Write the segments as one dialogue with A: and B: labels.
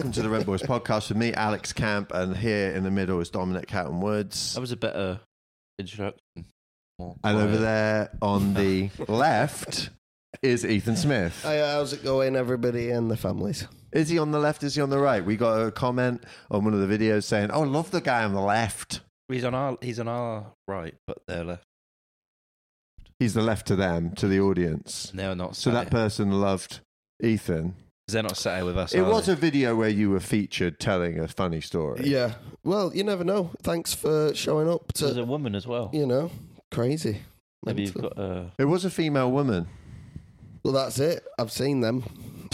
A: this podcast with me, Alex Camp, and here in the middle is Dominic Hatton Woods.
B: That was a better introduction. More
A: And over
B: quiet.
A: there on the left is Ethan Smith.
C: Hey, how's it going, everybody and the families?
A: Is he on the left? Is he on the right? We got a comment on one of the videos saying, "Oh, love the guy on the left.
B: he's on our he's on our right, but they're left.
A: He's the left to them, to the audience."
B: And they're not.
A: So
B: sat
A: that
B: here.
A: person loved Ethan.
B: 'Cause they're not sat here with us.
A: It
B: are
A: was
B: they?
A: a video where you were featured telling a funny story.
C: Yeah. Well, you never know. Thanks for showing up
B: There's
C: to,
B: a woman as well.
C: you know, crazy.
B: Maybe you've
C: Mental.
B: got uh, a.
A: It was a female woman
C: Well, that's it. I've seen them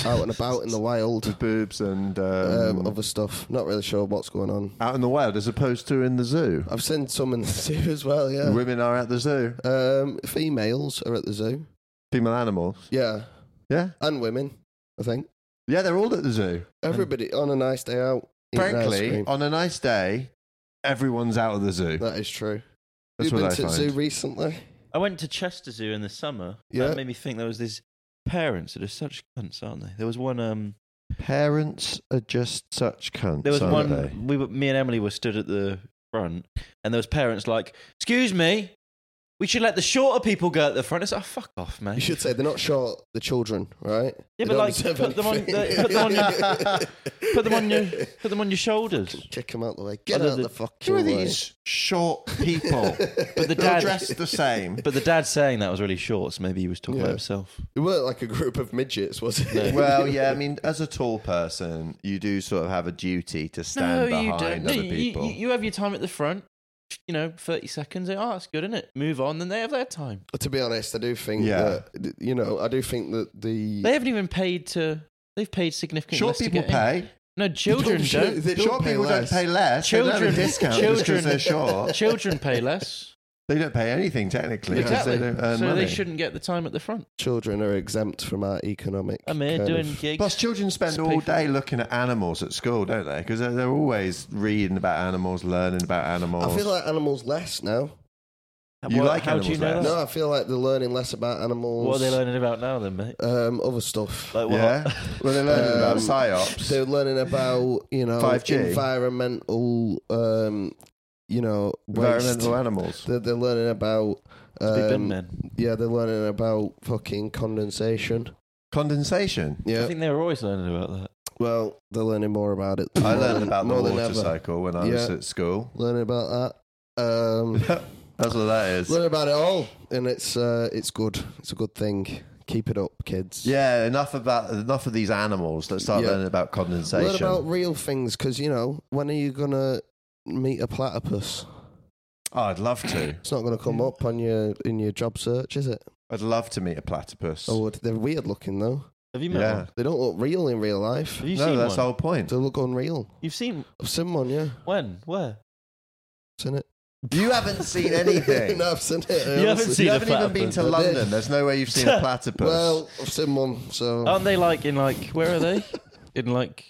C: out and about in the wild,
A: with boobs and um,
C: um, other stuff. Not really sure what's going on.
A: out in the wild, as opposed to in the zoo.
C: I've seen some in the zoo as well, yeah.
A: Women are at the zoo.
C: Um, females are at the zoo.
A: Female animals.
C: Yeah.
A: Yeah,
C: And women, I think.
A: yeah, they're all at the zoo.
C: Everybody on a nice day out. eating ice
A: Frankly,
C: cream.
A: on a nice day, everyone's out of the zoo.
C: that is true.
A: That's
C: You've been
A: what I
C: to the
A: find.
C: zoo recently?
B: I went to Chester Zoo in the summer.
C: Yeah.
B: That made me think there was these parents that are such cunts, aren't they? There was one. Um,
A: Parents are just such cunts.
B: there was
A: aren't
B: one.
A: they?
B: We were, me and Emily were stood at the front, and there was parents like, "Excuse me, we should let the shorter people go at the front." It's like, oh, "Fuck off, man."
C: You should say they're not short, the children, right? They
B: Yeah, but
C: don't
B: like,
C: deserve
B: put them on-
C: anything.
B: put them on- put them on your put them on your shoulders.
C: Kick them out the way. Get
B: Other
C: out
B: than-
C: the fucking
A: Who are
C: way.
A: these short people?
B: But the
A: They're all
B: dad,
A: dressed the same.
B: but the dad saying that was really short, so maybe he was talking
C: Yeah.
B: about himself.
C: It weren't like a group of midgets, was it?
B: No.
A: Well, yeah, I mean, as a tall person, you do sort of have a duty to stand behind
B: No,
A: other
B: you,
A: people.
B: You, you have your time at the front. You know, thirty seconds. Oh, that's good, isn't it? Move on. Then they have their time.
C: To be honest, I do think
A: Yeah.
C: that you know, I do think that the
B: They haven't even paid to. They've paid significantly.
A: Short
B: less to
A: people
B: get in.
A: pay.
B: No, children
C: They don't-
B: don't.
C: They
A: short
C: don't pay
A: people
C: less.
A: don't pay less. they don't
B: Children-
A: have a discount just because
B: children-
A: they're short.
B: Children pay less.
A: They don't pay anything technically because
B: exactly.
A: they don't earn
B: so
A: money.
B: they shouldn't get the time at the front.
C: children are exempt from our economic.
B: I'm here
C: kind
B: doing
C: of-
B: gigs.
A: Plus, children spend
B: It's
A: all
B: painful.
A: day looking at animals at school, don't they? Because they're, they're always reading about animals, learning about animals.
C: I feel like animals less now.
A: You
B: What-
A: like
B: how do you
A: animals,
B: know
A: right?
B: that?
C: No, I feel like they're learning less about animals.
B: What are they learning about now, then, mate?
C: Um, other stuff.
B: Like what?
A: yeah. well, they're learning about
C: Um,
A: psyops.
C: They're learning about you know
A: 5G.
C: environmental, um, you know, waste.
A: environmental animals.
C: They're, they're learning about.
B: Big bin
C: Um,
B: men.
C: yeah, they're learning about fucking condensation.
A: Condensation.
C: Yeah.
B: I think they were always learning about that.
C: well, they're learning more about it.
A: I
C: more
A: learned
C: than-
A: about the
C: more than
A: water
C: ever.
A: cycle when I was
C: Yeah.
A: at school.
C: Learning about that. Um,
A: That's what that is.
C: learning about it all, and it's uh, it's good. It's a good thing. Keep it up, kids.
A: Yeah, enough about enough of these animals. Let's start
C: Yeah.
A: learning about
C: Learn
A: condensation.
C: about real things, because you know when are you gonna meet a platypus?
A: oh, I'd love to.
C: It's not gonna come up on your in your job search, is it?
A: I'd love to meet a platypus.
C: Oh, they're weird looking though.
B: Have you met
A: yeah.
B: one?
C: They don't look real in real life.
B: Have you
A: No,
B: seen
A: that's
B: one?
A: the whole point.
C: They look unreal.
B: You've seen
C: I've seen one, yeah.
B: when? Where?
C: Seen it.
A: You haven't seen anything.
C: no, I've seen it. I
B: You haven't
C: honestly-
B: seen
A: you
B: a
A: haven't even been
B: platypus.
A: to
C: I did.
A: London. There's no way you've seen a platypus.
C: Well, I've seen one, so
B: Aren't they like in like where are they? in like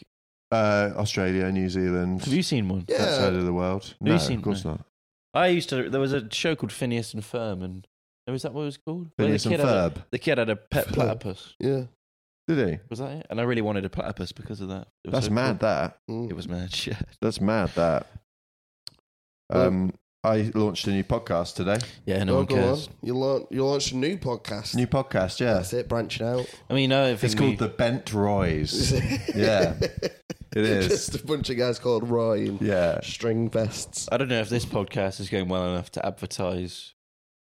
A: uh, Australia, New Zealand,
B: have you seen one?
C: yeah.
A: that side of the world.
B: you
A: No,
B: seen-
A: of course not.
B: I used to there was a show called Phineas and Ferb and oh, is that what it was called? Where
A: Phineas
B: the
A: and
B: kid Had a,
A: Ferb,
B: the kid had a pet
C: Ferb.
B: platypus.
C: yeah.
A: did he?
B: Was that it? And I really wanted a platypus because of that. It was
A: That's
B: so
A: mad.
B: cool.
A: That
C: Mm.
B: It was mad shit.
A: that's mad. That. Um, I launched a new podcast today.
B: Yeah, no
C: Oh,
B: one
C: go
B: cares.
C: on. You launch you launched a new podcast.
A: New podcast, yeah.
C: That's it, branching out.
B: I mean, no,
A: It's called the Bent Roys. Yeah, it is.
C: Just a bunch of guys called Roy in
A: Yeah.
C: string vests.
B: I don't know if this podcast is going well enough to advertise.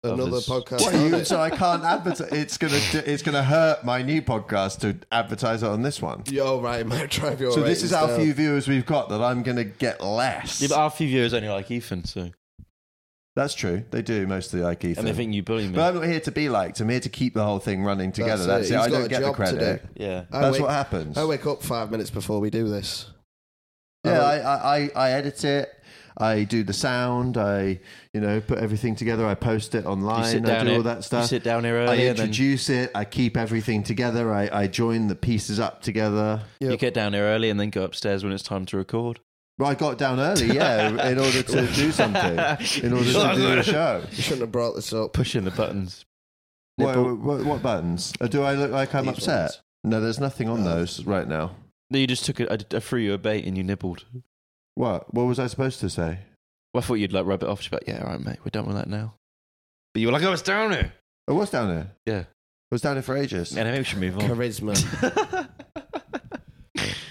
C: Another
B: Others.
C: podcast.
A: What,
C: on
A: you,
C: it.
A: so I can't advertise. It's gonna it's gonna hurt my new podcast to advertise it on this one.
C: Yo, right, might drive your
A: So this is how
C: ratings down.
A: few viewers we've got that I'm gonna get less.
B: Yeah, but our few viewers only like Ethan, so
A: That's true. They do mostly like Ethan.
B: and they think you bully me.
A: But I'm not here to be liked. I'm here to keep the whole thing running together. That's
C: That's
A: it.
C: it. He's
A: I
C: got
A: don't
C: a
A: get the
C: job to Oh,
A: credit.
B: yeah,
C: I
A: That's
C: wake-
A: what happens.
C: I wake up five minutes before we do this. Oh,
A: Yeah,
C: I
A: I, I, I, I edit it. I do the sound. I, you know, put everything together. I post it
B: you sit
A: online. I
B: down
A: do
B: here,
A: all that
B: You
A: stuff.
B: sit down here
A: I
B: early and then
A: introduce it. I keep everything together. I, I join the pieces up together.
B: you
C: Yep.
B: get down here early and then go upstairs when it's time to record.
A: Well, I got down early, yeah, in order to do something, in order to do a show.
C: You shouldn't have brought this up.
B: Pushing the buttons.
A: What, what, what buttons? Uh, Do I look like I'm
C: These
A: upset?
C: ones.
A: No, there's nothing on
C: No.
A: those right now.
B: No, you just took it. I, I threw you a bait and you nibbled.
A: What? What was I supposed to say?
B: Well, I thought you'd like rub it off. She's like, yeah, all right, mate, we're done with that now. But you were like, I was down here.
A: I was down there.
B: Yeah.
A: I was down there for ages.
B: Yeah, maybe we should move on.
C: Charisma.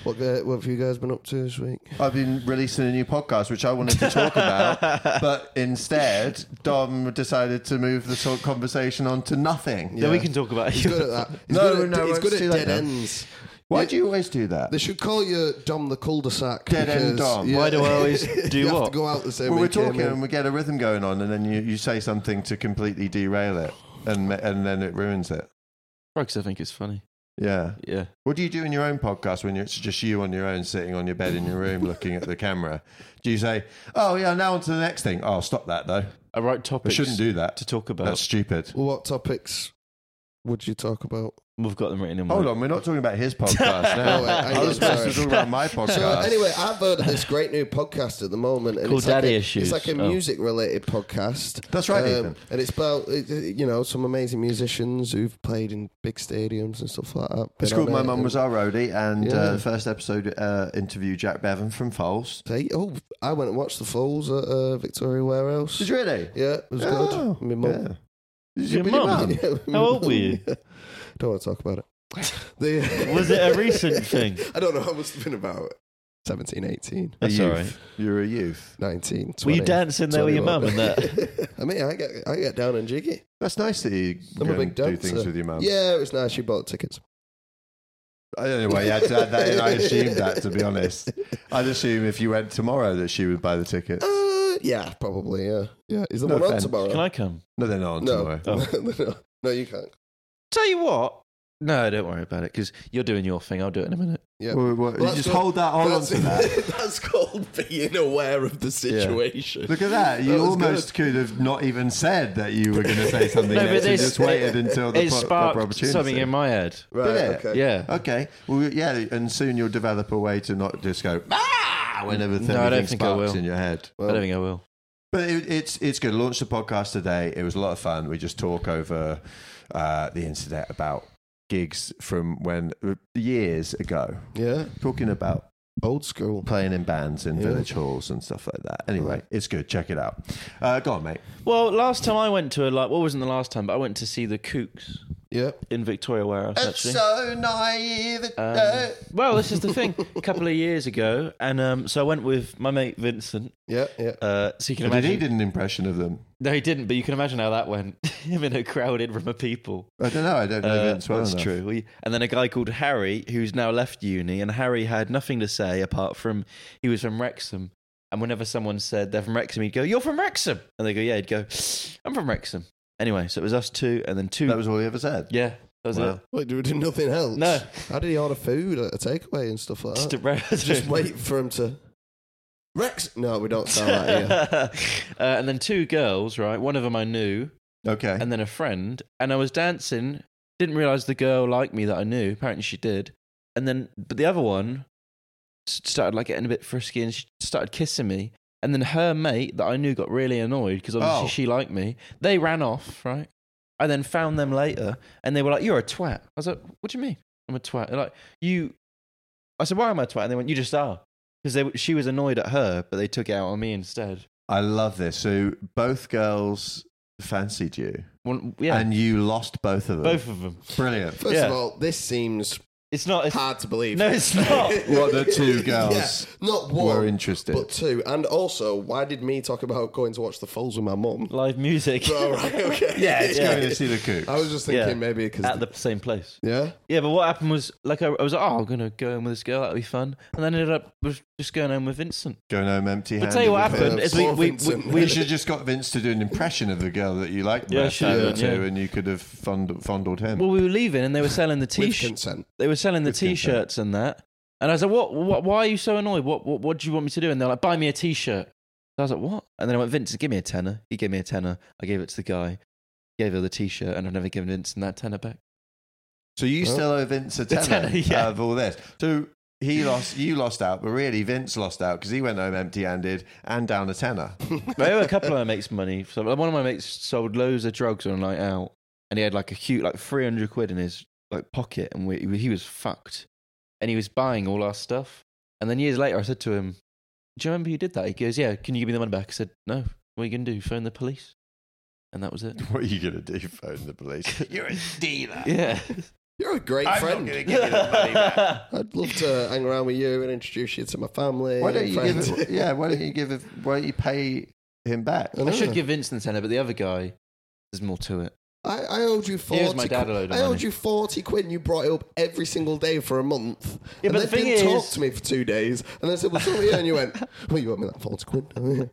C: what, uh, what have you guys been up to this week?
A: I've been releasing a new podcast, which I wanted to talk about, but instead, Dom decided to move the talk conversation on to nothing.
B: Yeah, we can talk about
C: He's good at that. He's
A: No,
C: good at,
A: no,
C: he's
A: it's
C: good at
A: too late
C: dead
A: now.
C: ends.
A: Why do you always do that?
C: They should call you Dom the cul-de-sac.
A: Dead end
C: because-
A: Dom.
B: Why do I always do
C: you
B: what?
C: Have to go out the same
A: Well,
C: way
A: we're
C: you came
A: talking
C: in.
A: and we get a rhythm going on, and then you, you say something to completely derail it, and and then it ruins it.
B: Because I think it's funny.
A: Yeah.
B: Yeah.
A: What do you do in your own podcast when you're, it's just you on your own, sitting on your bed in your room, looking at the camera? Do you say, "Oh yeah, now on to the next thing"? Oh, stop that though.
B: I write
A: We
B: topics
A: shouldn't do that.
B: to talk about.
A: That's stupid.
C: Well, what topics would you talk about?
B: We've got them written in.
A: Hold on, we're not talking about his podcast now.
C: Oh, wait, Mm. I
A: I was
C: did,
A: supposed to talk
C: sorry.
A: about my
C: So
A: podcast.
C: anyway, I've heard of this great new podcast at the moment. And
B: Uh, Called
C: it's like
B: Daddy
C: a,
B: Issues.
C: It's like a
B: Oh.
C: music-related podcast.
A: That's right, Ethan.
C: Um, And it's about, it- it- you know, some amazing musicians who've played in big stadiums and stuff like that.
A: It's
C: Been
A: called
C: on
A: My
C: it
A: Mum
C: and-
A: Was Our Roadie, and uh,
C: Yeah.
A: the first episode uh, interviewed Jack Bevan from Foles.
C: Hey, oh, I went and watched the Falls at uh, Victoria Warehouse.
A: Did you really?
C: Yeah, it was
A: Oh,
C: good. My mum.
A: yeah. Did
B: Your
A: meet
B: mum?
A: mum?
C: Yeah, my
B: How old
C: mum,
B: were you?
C: yeah. Don't want to talk about it. The-
B: Was it a recent thing?
C: I don't know. I must have been about 17, 18,
A: A
B: That's
A: youth.
B: all right.
A: You're a youth.
C: 19, 20.
B: Were you dancing there with your mum
C: 21.
B: and that?
C: I mean, I get I get down and jiggy.
A: That's nice that you
C: I'm
A: go
C: a big
A: and do
C: dancer.
A: things with your mum.
C: Yeah, it was nice. She bought tickets.
A: Anyway, yeah, that, that, I assumed that, to be honest. I'd assume if you went tomorrow that she would buy the tickets.
C: Uh, yeah, probably. Yeah, yeah. Is the
A: No
C: one
A: offense.
C: on tomorrow?
B: Can I come?
A: No, they're not on
C: no. Oh.
A: tomorrow.
C: no, no, you can't.
B: Tell you what. No, don't worry about it because you're doing your thing. I'll do it in a minute.
C: Yeah.
A: Well, well, you
C: that's
A: just
C: good.
A: hold that, hold on
C: that's,
A: to that.
C: that's called being aware of the situation.
A: Look at that. You
C: That was
A: almost could have not even said that you were going to say something
B: No,
A: next
B: but
A: and
B: this-
A: just waited until the
B: It
A: pro- proper
B: sparked
A: opportunity.
B: something in my head.
C: Right.
A: Did it?
C: Okay.
B: Yeah.
A: Okay. Well, yeah, and soon you'll develop a way to not just go, ah, whenever
B: No, I don't
A: everything
B: think I
A: sparks
B: will.
A: in your head.
B: I don't think I will.
A: But it, it's it's good. Launched the podcast today. It was a lot of fun. We just talk over uh, the incident about gigs from when years ago.
C: Yeah.
A: Talking about
C: Old school.
A: playing in bands in
C: Yeah.
A: village halls and stuff like that. Anyway, it's good. Check it out. Uh, go on, mate.
B: Well, last time I went to a like, well, it wasn't the last time, but I went to see the Kooks
C: Yeah.
B: in Victoria Warehouse. actually,
A: so naive.
B: Um, well, this is the thing. A couple of years ago, and um, so I went with my mate Vincent.
C: Yeah. Yeah.
B: Uh, so you can
A: Oh, did
B: imagine.
A: he did an impression of them?
B: No, he didn't. But you can imagine how that went. Him in a crowded room of people.
A: I don't know. I don't know
B: Uh,
A: Vince well
B: that's
A: enough.
B: true. We, and then a guy called Harry, who's now left uni, and Harry had nothing to say apart from he was from Wrexham. And whenever someone said they're from Wrexham, he'd go, "You're from Wrexham," and they go, "Yeah." He'd go, "I'm from Wrexham." Anyway, so it was us two, and then two.
A: That was all he ever said.
B: yeah, that was
A: Wow.
B: it.
C: Wait, do we do nothing else?
B: No.
C: How did he order food at a takeaway and stuff like
B: Just,
C: that?
B: a-
C: uh, Just wait for him to. Rex. No, we don't sound like here.
B: uh, and then two girls, right? One of them I knew,
A: Okay.
B: and then a friend. And I was dancing. Didn't realize the girl liked me that I knew. Apparently, she did. And then, but the other one s- started like getting a bit frisky, and she started kissing me. And then her mate that I knew got really annoyed because obviously
A: Oh.
B: she liked me. They ran off, right? I then found them later, and they were like, "You're a twat." I was like, "What do you mean? I'm a twat?" They're like, "You." I said, "Why am I a twat?" And they went, "You just are." Because she was annoyed at her, but they took it out on me instead.
A: I love this. So both girls fancied you,
B: One, yeah,
A: and you lost both of them.
B: both of them.
A: Brilliant.
C: First
B: Yeah.
C: of all, this seems
B: It's not. It's,
C: hard to believe.
B: no, it's not.
A: What the two girls
C: Yeah, not
A: were
C: one,
A: interested.
C: but two. And also, why did me talk about going to watch the Falls with my mum?
B: Live music
C: All right, okay.
A: yeah, it's
B: Yeah.
A: going to see the
C: I
A: coup.
C: was just thinking
B: Yeah.
C: maybe because.
B: at the same place.
C: yeah?
B: Yeah, but what happened was like I, I was like, oh, I'm gonna go in with this girl. That'll be fun. And then ended up was just going home with Vincent.
A: Going home empty
B: But
A: handed.
B: tell you what
C: with
B: happened
C: her.
B: is we
C: Uh, Poor
B: we, we,
C: Vincent.
B: we,
A: We should have just got Vince to do an impression of the girl that you liked
B: Yeah, I
A: Matt
B: should have
A: Damon
B: done,
A: to,
B: yeah.
A: and you could have fondled, fondled him.
B: well we were leaving and they were selling the
C: With
B: t-shirts.
C: consent.
B: They were selling the
A: With consent.
B: t-shirts and that. And I was like, what, what? Why are you so annoyed? What, what? What do you want me to do? And they're like, buy me a t-shirt. So I was like, what? And then I went, Vincent, give me a tenner. He gave me a tenner. I gave it to the guy. Gave her the t-shirt, and I've never given Vincent that tenner back.
A: so you
C: Well,
A: still owe Vince a
B: the
A: tenner, uh,
B: tenner, yeah.
A: of all this. So he lost, you lost out, but really Vince lost out because he went home empty handed and down a tenner.
B: I owe a couple of my mates money. So one of my mates sold loads of drugs on a night out, and he had like a huge, like three hundred quid in his like pocket, and we, he was fucked. and he was buying all our stuff. And then years later, I said to him, "Do you remember you did that?" He goes, "Yeah." Can you give me the money back? I said, "No." What are you gonna do? Phone the police? And that was it.
A: What are you going to do? Phone the police. You're a dealer.
B: Yeah.
C: You're a great
A: I'm
C: friend.
A: not going to give you the money back.
C: I'd love to hang around with you and introduce you to my family.
A: Why don't you give
C: friends.
A: it, yeah, why don't you give it, why don't you pay him back?
C: I
B: I
C: know.
B: should give Vincent tenner, but the other guy, there's more to it.
C: I, I owed you forty.
B: Here's my dad a load of
C: I owed
B: money.
C: you forty quid. And you brought it up every single day for a month.
B: Yeah,
C: and then
B: but the thing
C: didn't
B: is-
C: talk to me for two days. And I said, "What's up here?" And you went, "Well, you owe me that forty quid."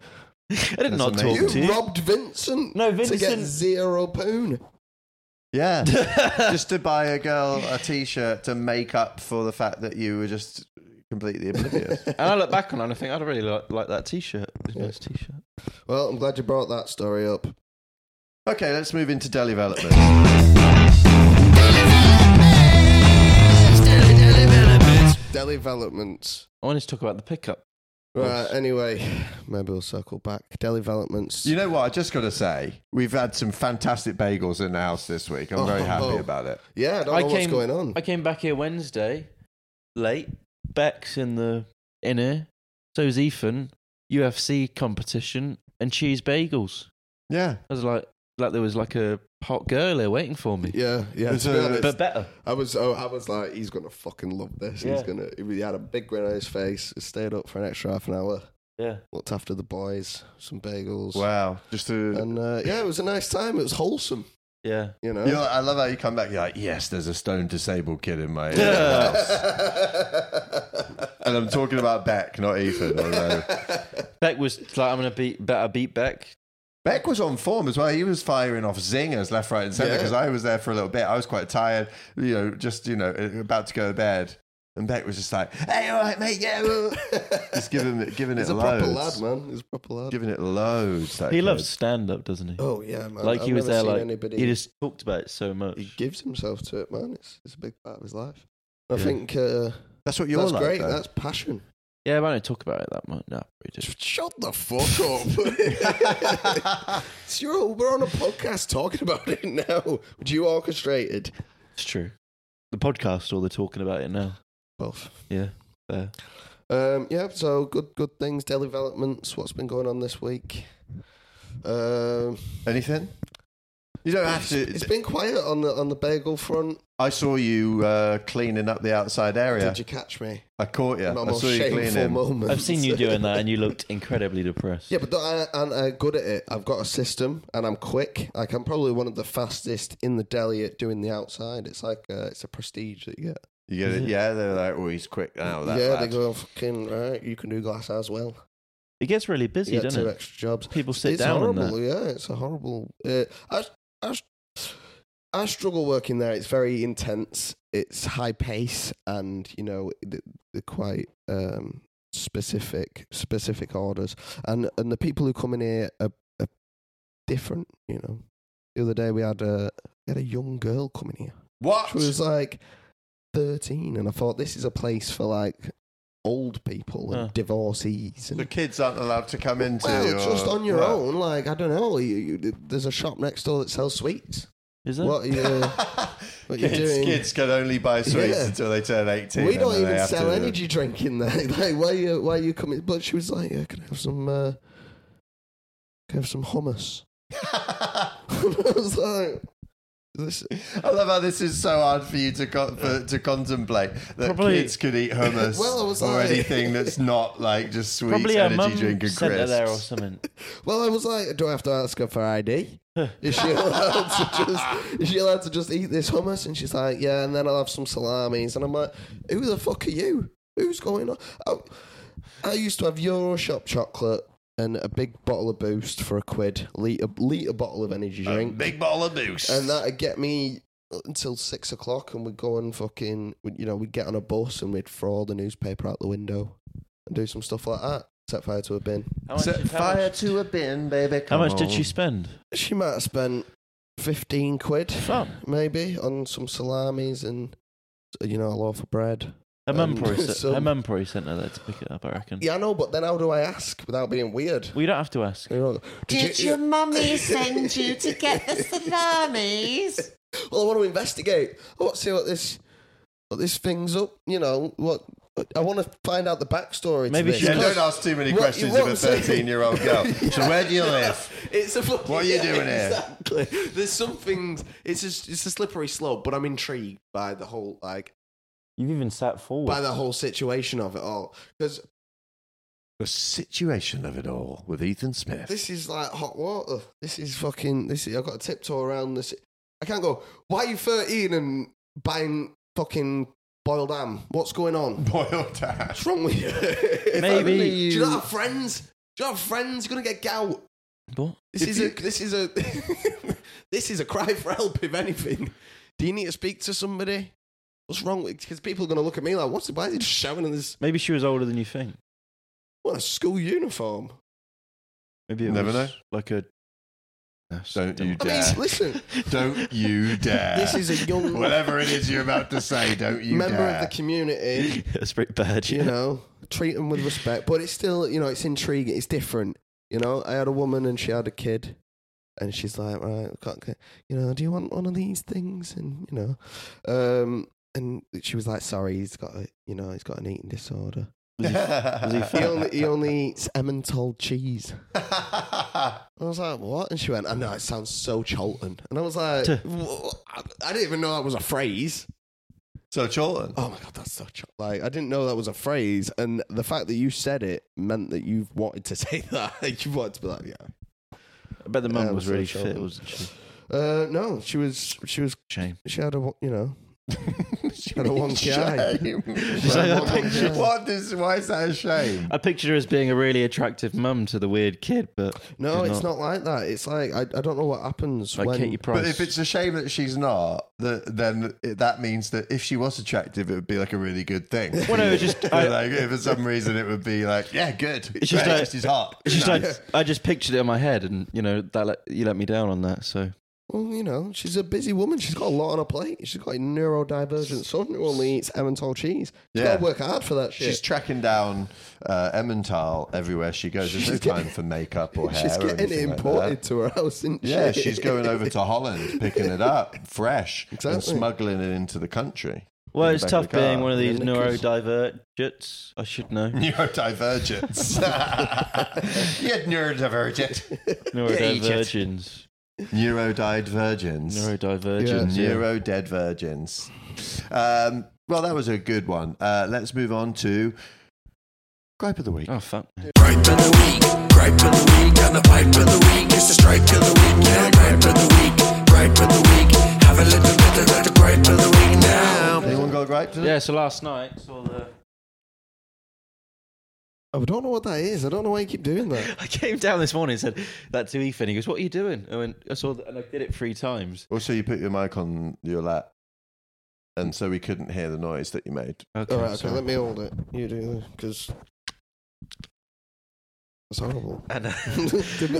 B: I did not
A: amazing.
B: talk to
C: you
B: you.
C: robbed Vincent.
B: No,
C: to get
B: Vincent-
C: zero poon.
A: Yeah. just to buy a girl a t shirt to make up for the fact that you were just completely oblivious.
B: And I look back on it and I think I'd really like, like that T-shirt. It's a
C: Yeah.
B: nice T-shirt.
C: Well, I'm glad you brought that story up.
A: okay, let's move into development.
C: Developments.
B: I wanted to talk about the pickup.
C: Right. Anyway, maybe we'll circle back. Developments.
A: You know what? I just got to say, we've had some fantastic bagels in the house this week. I'm very happy about it.
C: yeah, I don't
B: I
C: know what's
B: came-
C: going on.
B: I came back here Wednesday, late. Beck's in the in here. So's Ethan. UFC competition and cheese bagels.
A: Yeah.
B: I was like, like there was like a hot girl here waiting for me,
C: yeah, yeah.
A: There's
C: to be
A: a-
C: honest,
B: but better.
C: I was, oh, I was like, he's gonna fucking love this. He's
B: Yeah.
C: gonna. He had a big grin on his face. Stayed up for an extra half an hour.
B: Yeah.
C: Looked after the boys, some bagels,
A: Wow. Just to.
C: and uh, yeah, it was a nice time. It was wholesome,
B: Yeah.
C: you know.
A: You're like- I love how uh, you come back. You're like, yes, there's a stone disabled kid in my
B: Yeah.
A: house. and I'm talking about Beck, not Ethan. although-
B: Beck was like, I'm gonna beat better beat Beck.
A: Beck was on form as well. He was firing off zingers left, right, and centre
C: Yeah.
A: because I was there for a little bit. I was quite tired, you know, just, you know, about to go to bed. And Beck was just like, hey, all right, mate, yeah. well." just giving it, giving
C: He's
A: it
C: a
A: loads.
C: proper lad, man. He's a proper lad.
A: Giving it loads. That
B: He
A: kid.
B: loves stand up, doesn't he?
C: oh yeah, man.
B: like
C: I've
B: he was
C: never
B: there,
C: seen
B: like
C: anybody.
B: he just talked about it so much.
C: he gives himself to it, man. It's it's a big part of his life. I
B: Yeah.
C: think uh,
A: That's what you're
C: that's
A: like.
C: great.
A: though.
C: That's passion.
B: Yeah, but I don't talk about it that much. No, we do.
C: Shut the fuck up. It's your, we're on a podcast talking about it now. Would you orchestrated?
B: It's true. The podcast, all they're talking about it now.
C: Both.
B: Yeah. There.
C: Um, yeah, so good good things, developments, what's been going on this week. Um, Ah,
A: Anything? You don't have
C: it's
A: to.
C: been quiet on the on the bagel front.
A: I saw you uh, cleaning up the outside
B: Oh,
A: area.
C: Did you catch me?
A: I caught you.
C: My
A: I
C: most
A: saw you
C: shameful
A: cleaning.
C: moment.
B: I've seen you doing that, and you looked incredibly depressed.
C: Yeah, but I, and I'm good at it. I've got a system, and I'm quick. Like I'm probably one of the fastest in the deli at doing the outside. It's like uh, it's a prestige that you get.
A: You get it? Yeah, they're like, oh, he's quick now. That
C: yeah, they
A: lad."
C: go fucking right. You can do glass as well.
B: It gets really busy,
C: You get
B: doesn't
C: two
B: it?
C: extra jobs.
B: People sit
C: it's
B: down
C: horrible.
B: on that.
C: Yeah, it's a horrible. Uh, I, I, I struggle working there. It's very intense. It's high pace, and you know the, the quite um, specific specific orders. And and the people who come in here are, are different. You know, the other day we had a we had a young girl coming here.
A: What?
C: She was like thirteen, and I thought this is a place for like old people and
B: Huh.
C: divorcees and
A: The kids aren't allowed to uh, come into.
C: well, just on your
A: What?
C: own. Like I don't know. You, you, there's a shop next door that sells sweets.
B: Is it?
C: What are you, what are you
A: kids,
C: doing?
A: kids can only buy sweets
C: Yeah.
A: until they turn 18.
C: we
A: and
C: don't
A: then they
C: even
A: have
C: sell
A: to-
C: energy drink in there. Like why are you why are you coming? But she was like, yeah, can I have some? Uh, can I have some hummus?
A: I
C: I was like, this.
A: love how this is so hard for you to co- for, to contemplate that
B: Probably-
A: kids could eat hummus
C: Well, I was
A: or
C: like-
A: anything that's not like just sweets,
B: Probably a mum
A: energy drink, and
B: sent her
A: crisps.
B: there or something.
C: Well, I was like, do I have to ask her for ID? is she allowed to just? Is she allowed to just eat this hummus? And she's like, yeah. And then I'll have some salamis. And I'm like, who the fuck are you? Who's going on? I, I used to have Euroshop chocolate and a big bottle of Boost for a quid, liter liter bottle of energy drink,
A: Big bottle of boost.
C: and that'd get me until six o'clock. And we'd go and fucking, we'd, you know, we'd get on a bus and we'd throw all the newspaper out the window and do some stuff like that. Set fire to a bin.
B: How much,
A: Set
B: how
A: fire
B: much,
A: to a bin, baby.
B: how
A: come
B: much did
A: on.
B: she spend?
C: She might have spent fifteen quid,
B: Fuck.
C: maybe, on some salamis and you know a loaf of bread.
B: Her
C: Um,
B: mum probably, sent-
C: some-
B: her mum probably sent her there to pick it up, I reckon.
C: Yeah, I know, but then how do I ask without being weird?
B: We don't have to ask.
C: You know,
D: Did your mummy send you to get the salamis?
C: Well, I want to investigate. I want to see what this But this thing's up, you know. What I want to find out the backstory.
B: Maybe
C: to
B: she-
C: this.
A: Yeah,
B: Because-
A: don't ask too many
C: What-
A: questions
C: what
A: of a
C: I'm saying-
A: 13 year old girl. So, where do you live?
C: It's a fucking,
A: What are you
C: yeah,
A: doing here?
C: Exactly. There's some things. It's just it's a slippery slope, but I'm intrigued by the whole like
B: You've even sat forward.
C: by the whole situation of it all because
A: The situation of it all with Ethan Smith.
C: this is like hot water. This is fucking. This is, I've got to tiptoe around this. I can't go. Why are you 13 and buying fucking boiled ham? What's going on?
A: boiled down.
C: What's wrong with you? If
B: Maybe
C: only
B: you-
C: Do you not have friends? Do you not have friends? You're gonna get gout.
B: What?
C: This
A: If
C: is
A: you-
C: a this is a this is a cry for help. If anything, do you need to speak to somebody? What's wrong with? Because people are gonna look at me like, "What's why is he just shouting in this?
B: Maybe she was older than you think.
C: What a school uniform!"
B: Maybe it
A: Never
B: was
A: know.
B: like a.
A: Don't you
C: I
A: dare.
C: mean, listen,
A: Don't you dare.
C: this is a young
A: Whatever it is you're about to say, don't you
C: member
A: dare.
C: of the community.
B: That's pretty bad.
C: you know, treat them with respect. But it's still, you know, it's intriguing. It's different. You know, I had a woman and she had a kid, and she's like, right, I can't, get- you know, do you want one of these things? And you know, um, and she was like, sorry, he's got, a, you know, he's got an eating disorder.
B: he
C: He only, he only eats Emmental cheese. I was like, what? And she went, I know, it sounds so Cholton. And I was like,
B: Tuh.
C: "Wha- I- I didn't even know that was a phrase.
A: so, Cholton.
C: Oh my god, that's so ch- like I didn't know that was a phrase, and the fact that you said it meant that you've wanted to say that. you wanted to be like, yeah.
B: I bet the mum
C: Yeah,
B: was
C: so
B: really
C: children.
B: fit, wasn't she?
C: Uh, no, she was, she was,
B: Shame.
C: she had a, one- you know, she had a wonky eye.
B: She's like,
C: Well,
B: I, pic-
C: yeah.
A: What is, why is that a shame?
B: I pictured her as being a really attractive mum to the weird kid, but
C: No,
B: she's
C: it's not. like that. It's like I, I don't know what happens
B: Like
C: when.
B: Katie Price.
A: But if it's a shame that she's not, that, then it, that means that if she was attractive, it would be like a really good thing.
B: well, no, it's just I,
A: like if for some reason it would be like, yeah, good. It's
B: just
A: just,
B: like-
A: his heart.
B: it's just I, I just pictured it in my head, and you know that let, you let me down on that. So
C: well, you know, she's a busy woman. She's got a lot on her plate. She's got a neurodivergent son who only eats Emmental cheese.
A: Yeah.
C: She's got to work hard for that shit.
A: She's tracking down uh, Emmental everywhere she goes. There's no
C: She's getting-
A: time for makeup or hair.
C: She's
A: or
C: getting it
A: anything like that.
C: imported to her house, isn't
A: Yeah,
C: she?
A: she's going over to Holland, picking it up fresh,
C: Exactly.
A: and smuggling it into the country.
B: well,
A: In the
B: it's
A: back
B: tough
A: of the car.
B: being one of these
C: Yeah, Nicholas.
B: neurodivergents. I should know.
A: Neurodivergence. you had neurodivergent.
B: Neurodivergents.
A: Neurodivergence.
B: Neurodivergents.
C: Yeah.
A: Neuro dead virgins. Um, well, that was a good one. Uh, let's move on to gripe of the week.
B: Oh fuck. me.
E: Gripe of the week, gripe of the week, and the pipe of the week. It's the strike of the week, yeah. Gripe of the week, gripe of the week. Have a little bit of that gripe of the week
B: Oh,
E: now.
A: Anyone got a gripe today?
B: Yeah. So last night saw the.
C: I don't know what that is. I don't know why you keep doing that.
B: I came down this morning and said that to Ethan. He goes, "What are you doing?" I went, "I saw that," and I did it three times.
A: Also, you put your mic on your lap, and so we couldn't hear the noise that you made.
B: Okay.
C: All right, okay,
B: sorry.
C: let me hold it. You do this because that's horrible.
B: And, uh,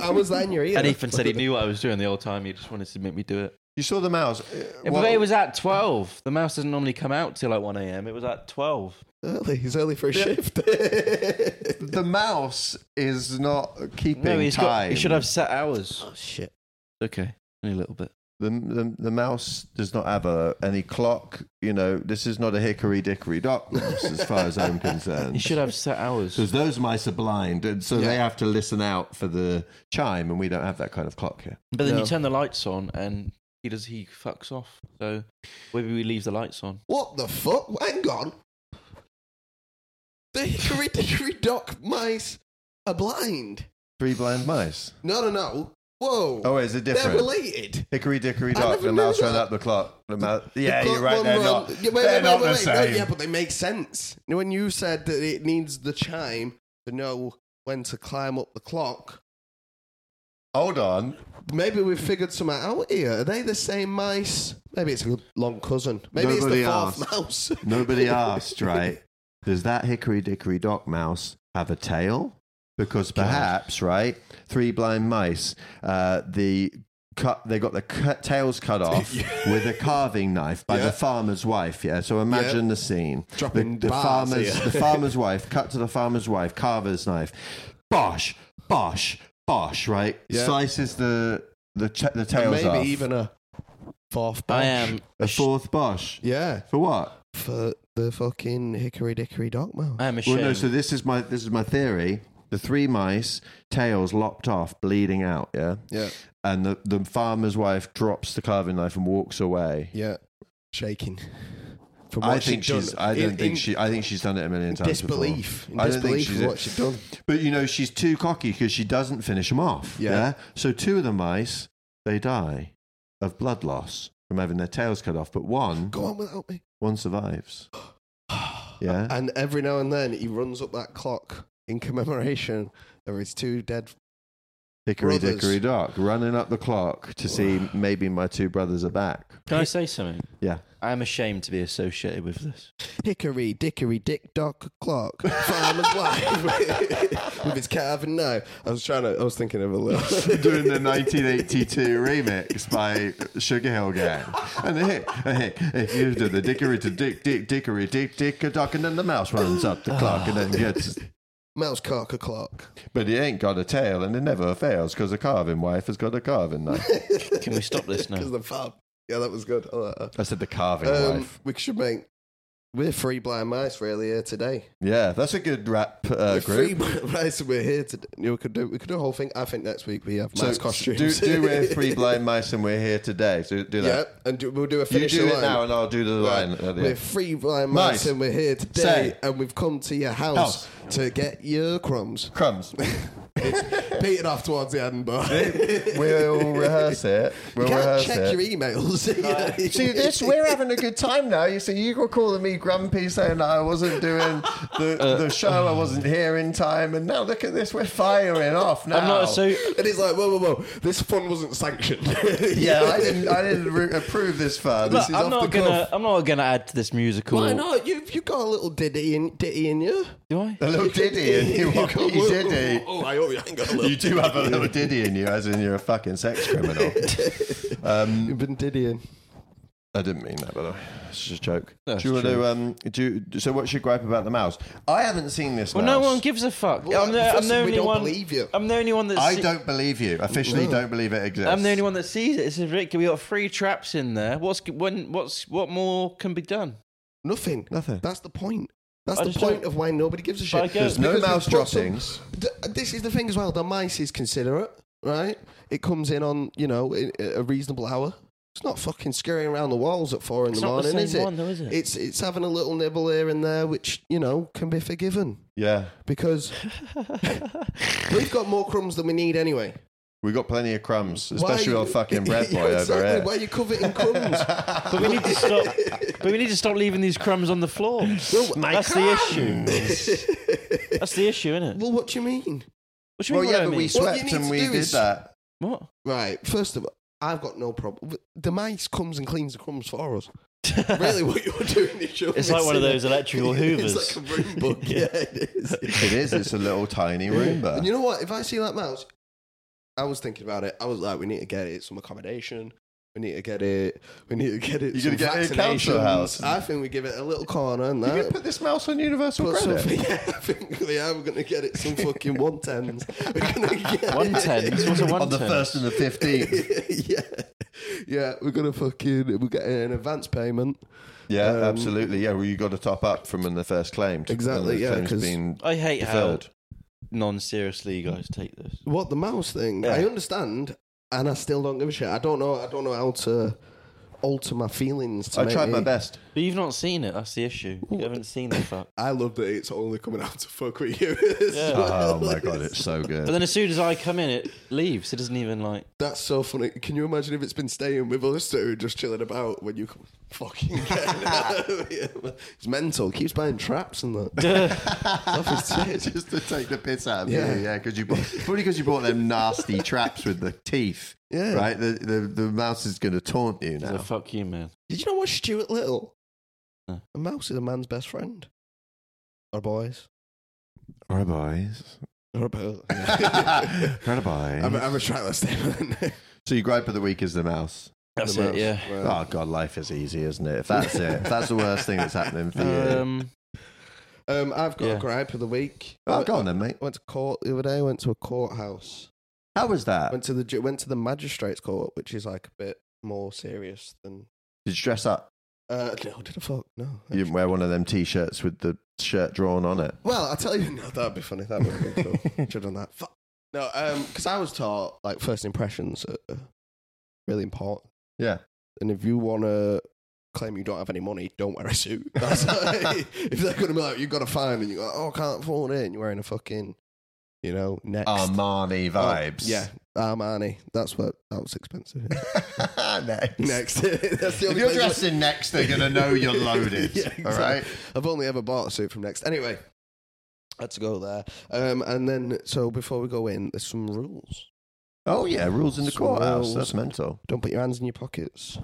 C: I was that in your ear.
B: and Ethan said he knew what I was doing the whole time. He just wanted to make me do it.
A: You saw the mouse. Uh,
B: Yeah, but it was at 12. The mouse doesn't normally come out till like 1 a.m. It was at 12.
C: early. He's early for a shift.
A: the mouse is not keeping
B: No, he's
A: time.
B: got, he should have set hours.
C: oh shit!
B: Okay, only a little bit.
A: the, the the mouse does not have a any clock. You know, this is not a hickory dickory dock mouse, as far as I'm
B: He
A: concerned.
B: should have set hours.
A: Because those mice are blind, and so they have to listen out for the chime, and we don't have that kind of clock here.
B: But then
C: No.
B: you turn the lights on and he does he fucks off. So maybe we leave the lights on.
C: What the fuck? Hang on. The hickory dickory dock mice are blind.
A: Three blind mice.
C: No, no, no. Whoa.
A: Oh, is it
C: They're
A: different?
C: related.
A: Hickory dickory
C: I
A: dock.
C: never
A: The
C: knew
A: mouse ran
C: that.
A: up the clock. The mouse.
C: The
A: Yeah, you're
C: clock
A: right.
C: one
A: They're
C: run-
A: not.
C: Yeah, wait,
A: they're
C: wait,
A: not
C: wait,
A: the
C: wait. No,
A: same.
C: yeah, but they make sense. You know, When you said that it needs the chime to know when to climb up the clock,
A: Hold on.
C: maybe we've figured some out here. Are they the same mice? Maybe it's a long cousin. Maybe
A: Nobody
C: it's the
A: asked.
C: fourth mouse.
A: Nobody asked, right? Does that hickory dickory dock mouse have a tail? Because perhaps, right? Three blind mice. Uh, the cut. They got the cut, tails cut off with a carving knife by
C: Yeah.
A: the farmer's wife. Yeah. So imagine the scene.
C: Dropping
A: the, the
C: bars
A: farmer's
C: here.
A: the farmer's wife cut to the farmer's wife. Carver's knife. Bosh, bosh, bosh. Right.
C: Yeah.
A: Slices the the ch- the tails
C: Maybe
A: off.
C: even a fourth.
B: I
C: bunch.
B: am.
A: a fourth bosh
C: Yeah.
A: for what?
C: for the fucking hickory dickory dock mouse.
B: I am ashamed.
A: Well, no. So this is my this is my theory. The three mice tails lopped off, bleeding out. Yeah,
C: yeah,
A: and the the farmer's wife drops the carving knife and walks away.
C: yeah, shaking. From
A: I
C: what she'd
A: think she's.
C: done.
A: I don't
C: In-
A: think
C: in
A: she. I think she's done it a million times.
C: disbelief, in
A: Before. I don't think
C: disbelief
A: she's.
C: of what she'd done.
A: But you know, she's too cocky because she doesn't finish them off.
C: Yeah.
A: Yeah. So two of the mice they die of blood loss from having their tails cut off, but one
C: Go on without me.
A: one survives. Yeah.
C: And every now and then he runs up that clock in commemoration of his two dead.
A: Hickory
C: brothers.
A: dickory dock, running up the clock to see maybe my two brothers are back.
B: Can I say something?
A: Yeah.
B: I am ashamed to be associated with this.
C: Hickory dickory dick dock clock farmer's wife with his carving knife. I was trying to. I was thinking of a little.
A: doing the 1982 remix by Sugar Hill Gang. And the hit, a hit, if you do the dickery to dick, dick, dickery, dick, dick, a dock, and then the mouse runs up the clock and then gets.
C: Mouse cock a clock.
A: But he ain't got a tail and it never fails because a carving wife has got a carving knife.
B: Can we stop this now?
C: Because the fab. Yeah, that was good. I like that.
A: I said the carving
C: Um,
A: wife.
C: we should make. We're three blind mice really here today.
A: Yeah, that's a good rap uh,
C: We're three
A: group.
C: blind mice and we're here today. You know, we could do we could do a whole thing. I think next week we have
A: So
C: mice
A: do,
C: costumes.
A: do we're three blind mice and we're here today. So do
C: yeah,
A: that.
C: and do, we'll do a
A: you
C: finish
A: do
C: line.
A: it now and I'll do the
C: Right.
A: line. at the end.
C: We're free blind mice,
A: Mice.
C: and we're here today,
A: Say.
C: and we've come to your house, to get your crumbs.
A: Crumbs.
C: Petered off towards the end, but
A: we'll rehearse it. We'll
C: you can't
A: rehearse
C: check
A: it.
C: your
B: e-
C: emails.
A: See this? We're having a good time now. You see, you were calling me grumpy, saying I wasn't doing the,
B: Uh,
A: the show, I wasn't here in time, and now look at this, we're firing off now.
B: I'm not so.
C: and it's like, whoa, whoa, whoa! This fun wasn't sanctioned.
A: Yeah, I didn't. I didn't re- approve this fun.
B: Look,
A: This is
B: I'm
A: off
B: not
A: the
B: gonna.
A: cuff.
B: I'm not gonna add to this musical.
C: Why not? You've you got a little ditty in ditty in you.
B: Do I?
A: A little diddy in you.
C: You've got a
A: you
C: little-
A: diddy.
C: Oh, I hope you ain't got a little.
A: You do have a little diddy in you, as in you're a fucking sex criminal. Um,
C: You've been diddying.
A: I didn't mean that, by the way. It's just a joke.
B: That's
A: do you want
B: true.
A: to? Um, do you, so? What's your gripe about the mouse? I haven't seen this.
B: Well,
A: mouse.
B: no one gives a fuck.
C: Well,
B: I'm the, I'm
C: first,
B: the
C: we
B: only
C: don't
B: one.
C: believe you.
B: I'm the only one that.
A: I
B: see-
A: don't believe you. Officially, don't believe it exists.
B: I'm the only one that sees it. It's ridiculous. We got three traps in there. What's when? What's what more can be done?
C: Nothing.
A: Nothing.
C: That's the point. That's
B: I
C: the
B: just
C: point
B: don't-
C: of why nobody gives a
B: But I
C: shit.
B: get- There's
A: no
C: Because we've
A: mouse
C: put some-
A: droppings.
C: Th- this is the thing as well. The mice is considerate, right? It comes in on you know i- a reasonable hour. It's not fucking scurrying around the walls at four in
B: It's
C: the
B: not the
C: morning,
B: same
C: is it?
B: one, though, is it?
C: It's it's having a little nibble here and there, which you know can be forgiven
A: Yeah,
C: because we've got more crumbs than we need anyway.
A: we got plenty of crumbs,
C: Why are
A: especially
C: you-
A: old fucking bread
C: Yeah,
A: boy
C: exactly.
A: over
C: Why
A: here.
C: are you covered in crumbs?
B: But we need to stop. but we need to stop leaving these crumbs on the floor. That's the issue. That's the issue, isn't it?
C: well, what do you mean?
B: What do you
A: Well,
B: mean?
A: yeah, but
B: what I
A: we
B: mean?
C: What you
A: swept
C: need
A: and
C: to
A: we
C: do
A: did
C: is-
A: that.
B: What?
C: Right, first of all, I've got no problem. The mice comes and cleans the crumbs for us. really, what you're doing is you're
B: It's like one of
C: missing
B: those
C: it.
B: electrical hoovers.
C: it's like a room book. yeah. it is.
A: It is. It's a little tiny
C: And
A: Roomba.
C: you know what? If I see that mouse, I was thinking about it. I was like, we need to get it some accommodation. We need to get it. We need to get it.
A: You're
C: some
A: gonna get it a council
C: vaccinations.
A: house.
C: I think we give it a little corner and
A: You
C: that.
A: can put this mouse on Universal
C: Put
A: Credit.
C: some, yeah, I think we are. We're going to get it some fucking one tens. We're going to get
B: One tens. What's a one
A: on the
B: ten?
A: first and the fifteenth.
C: yeah, yeah, we're gonna fucking we're getting an advance payment.
A: Yeah,
C: Um,
A: absolutely. Yeah, well, you got to top up from when the first claimed.
C: Exactly,
A: When the
C: yeah,
A: claim's
C: 'cause-
A: been
B: I hate
A: deferred.
B: how non-seriously you guys take this.
C: What the mouse thing?
B: Yeah.
C: I understand, and I still don't give a shit. I don't know. I don't know how to alter my feelings. To
A: I
C: make
A: tried my
C: it-
A: best.
B: But you've not seen it. That's the issue. You haven't seen the fuck.
C: I love that it's only coming out to fuck with you.
B: Yeah.
A: Oh my god, it's so
B: But
A: good.
B: then as soon as I come in, it leaves. It doesn't even like.
C: That's so funny. Can you imagine if it's been staying with us two, just chilling about when you come fucking get it out? It's mental. Keeps buying traps and that. Stuff is sick.
A: Just to take the piss out of
C: Yeah.
A: you, yeah, because you bought, probably because you bought them nasty traps with the teeth,
C: Yeah.
A: right? The, the the mouse is going to taunt you
B: So
A: now.
B: fuck you, man.
C: Did you know what Stuart Little?
B: No.
C: A mouse is a man's best friend. Or boys.
A: All right, boys.
C: Or both.
A: Right, boys.
C: I'm, I'm a try that statement.
A: So your gripe of the week is the mouse.
B: That's
C: The
B: it.
C: mouse.
B: Yeah.
C: Right.
A: oh god, life is easy, isn't it? If that's it, if that's the worst thing that's happening for
C: uh,
A: you.
B: Um,
C: Um, I've got
B: Oh, Yeah.
C: a gripe of the week. I
A: oh,
C: went-
A: go on then, mate.
C: I went to court the other day. Went to a courthouse.
A: How was that?
C: Went to the ju- went to the magistrates' court, which is like a bit more serious than
A: Did you dress up?
C: Uh, no, did I fuck? No.
A: You didn't wear one of them t-shirts with the shirt drawn on it.
C: Well, I tell you, no, that'd be funny. That would have been cool. Should have done that. Fuck. No, because I was taught like first impressions are really important,
A: Yeah.
C: and if you want to claim you don't have any money, don't wear a suit. That's if they're going to be like, you've got a fine, and you go, oh, I can't afford it, and you're wearing a fucking, you know, next
A: Armani
C: Oh,
A: vibes.
C: yeah, Armani. That's what that was expensive.
A: next.
C: next, that's the
A: If
C: only
A: you're
C: place
A: dressed in next, they're going to know you're loaded.
C: Yeah, exactly.
A: All right.
C: I've only ever bought a suit from Next. Anyway, had to go there. Um, and then, so before we go in, there's some rules.
A: Oh, yeah. Rules in the
C: So
A: courthouse.
C: rules.
A: That's mental.
C: Don't put your hands in your pockets.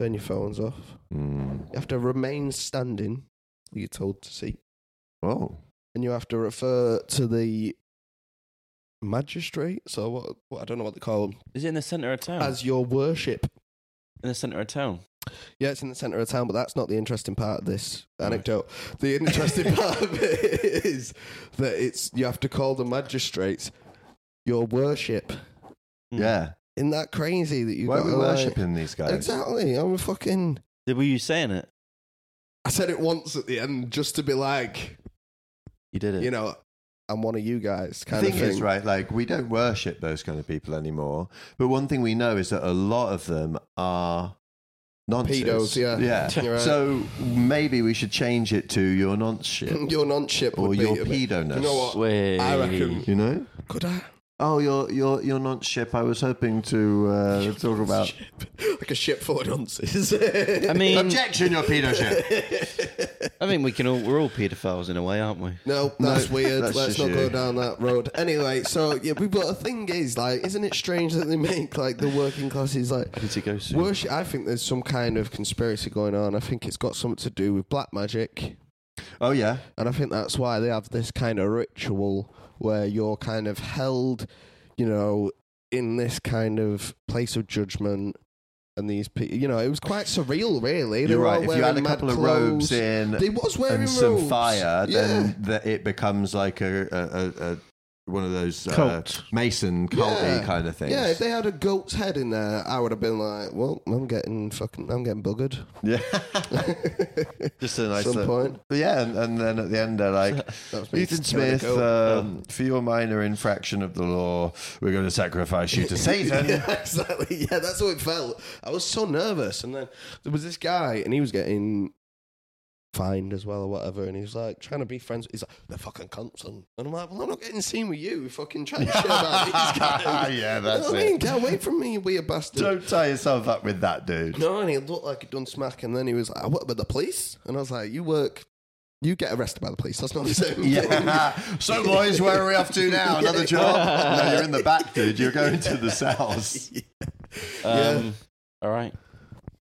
C: Turn your phones off.
A: Mm.
C: You have to remain standing. when You're told to see,
A: Oh.
C: and you have to refer to the magistrate. So what? what I don't know what they call them.
B: Is it in the centre of
A: Oh.
B: town?
C: As your worship.
B: in the centre of town.
C: Yeah, it's in the centre of town, but that's not the interesting part of this anecdote. The interesting part of it is that it's you have to call the magistrates your worship.
A: Yeah.
C: Isn't that crazy that you
A: Why are we
C: gotta, like-
A: worshipping these guys?
C: Exactly. I'm a fucking
B: Did- Were you saying it?
C: I said it once at the end just to be like,
B: You did it.
C: you know, I'm one of you guys
A: The
C: kind
A: thing
C: of thing.
A: is, right, like we don't worship those kind of people anymore. But one thing we know is that a lot of them are nonsense.
C: Pedos, yeah.
A: Yeah.
C: You're right.
A: So maybe we should change it to your nonce shit
C: your non ship
A: or
C: would
A: your
C: be a bit-
A: pedoness.
C: You know what?
B: Wait.
C: I reckon-
A: You know?
C: Could I?
A: Oh, your your your nonce ship. I was hoping to uh, talk about.
C: like a ship full of nonsense.
B: I mean,
A: Objection, your pedo ship.
B: I think we can all. We're all paedophiles in a way, aren't we?
C: No, that's weird.
A: that's
C: Let's
A: just
C: not
A: you.
C: go down that road. Anyway, so yeah, but the thing is, like, isn't it strange that they make like the working classes like
B: Need to go soon.
C: worship? I think there's some kind of conspiracy going on. I think it's got something to do with black magic,
A: Oh yeah,
C: and I think that's why they have this kind of ritual where you're kind of held, you know, in this kind of place of judgment. And these people, you know, it was quite surreal, really. They
A: you're
C: were all
A: right. If you had a
C: wearing mad
A: couple of
C: clothes.
A: robes in
C: they was wearing
A: and some
C: robes.
A: fire,
C: yeah.
A: then that it becomes like a, a, a, a one of those uh,
B: Cult.
A: mason culty
C: Yeah.
A: kind of things.
C: Yeah, if they had a goat's head in there, I would have been like, "Well, I'm getting fucking, I'm getting buggered."
A: Yeah.
C: At
A: Just a nice
C: some
A: little-
C: point,
A: But yeah, and, and then at the end they're like,
C: That was me
A: Ethan
C: killing a
A: Smith,
C: goat.
A: um, for your minor infraction of the law, we're going to sacrifice you to Satan.
C: yeah, exactly. Yeah, that's how it felt. I was so nervous, and then there was this guy, and he was getting fined as well or whatever, and he was like trying to be friends. He's like, "They're fucking cunts," and and I'm like, "Well, I'm not getting seen with you. You're fucking trying to shit about these guys."
A: yeah,
C: You know
A: that's
C: what I mean?
A: it.
C: Get away from me, you weird bastard.
A: Don't tie yourself up with that dude.
C: No, and he looked like he'd done smack, and then he was like, "What about the police?" And I was like, "You work, you get arrested by the police. That's not the same." thing."
A: Yeah. so, boys, where are we off to now? Another job? no, you're in the back, dude. You're going to the cells.
B: Um, All right.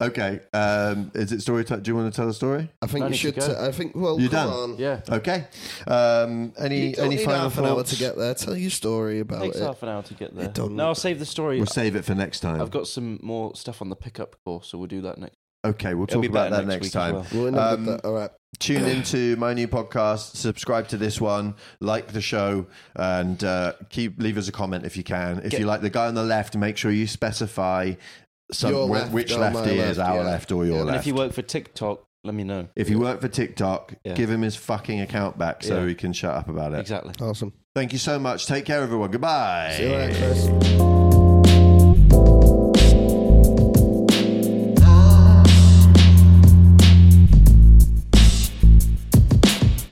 A: Okay. Um, is it story time? Do you want to tell a story?
C: I think
B: I
C: you
B: need
C: should.
B: to
C: T-
B: go.
C: I think. Well,
A: You're
C: come
A: done.
C: on.
B: Yeah.
A: Okay. Um, any
C: You don't
A: any
C: need
A: final
C: half an hour
A: thoughts?
C: to get there. Tell your story about
B: Takes
C: it.
B: half an hour to get there.
C: don't-
B: No, I'll save the story.
A: We'll save it for next time.
B: I've got some more stuff on the pickup course, so we'll do that next.
A: okay, we'll
B: It'll
A: talk
B: be
A: about
B: better
A: that next
B: next week as
A: time.
B: well.
C: We'll end up
A: Um,
C: with that. All right.
A: Tune into my new podcast, subscribe to this one, like the show, and uh, keep leave us a comment if you can. If
B: Get-
A: you like the guy on the left, make sure you specify some,
C: Your
A: wh-
C: left
A: which
C: or
A: left
C: my
A: he
C: left,
A: is, our
C: yeah.
A: left or your
C: Yeah,
A: left.
B: And if you work for TikTok, let me know.
A: If you work for TikTok,
B: Yeah.
A: give him his fucking account back so
B: Yeah.
A: he can shut up about it.
B: Exactly.
C: Awesome.
A: Thank you so much. Take care, everyone. Goodbye.
C: See you later, Chris.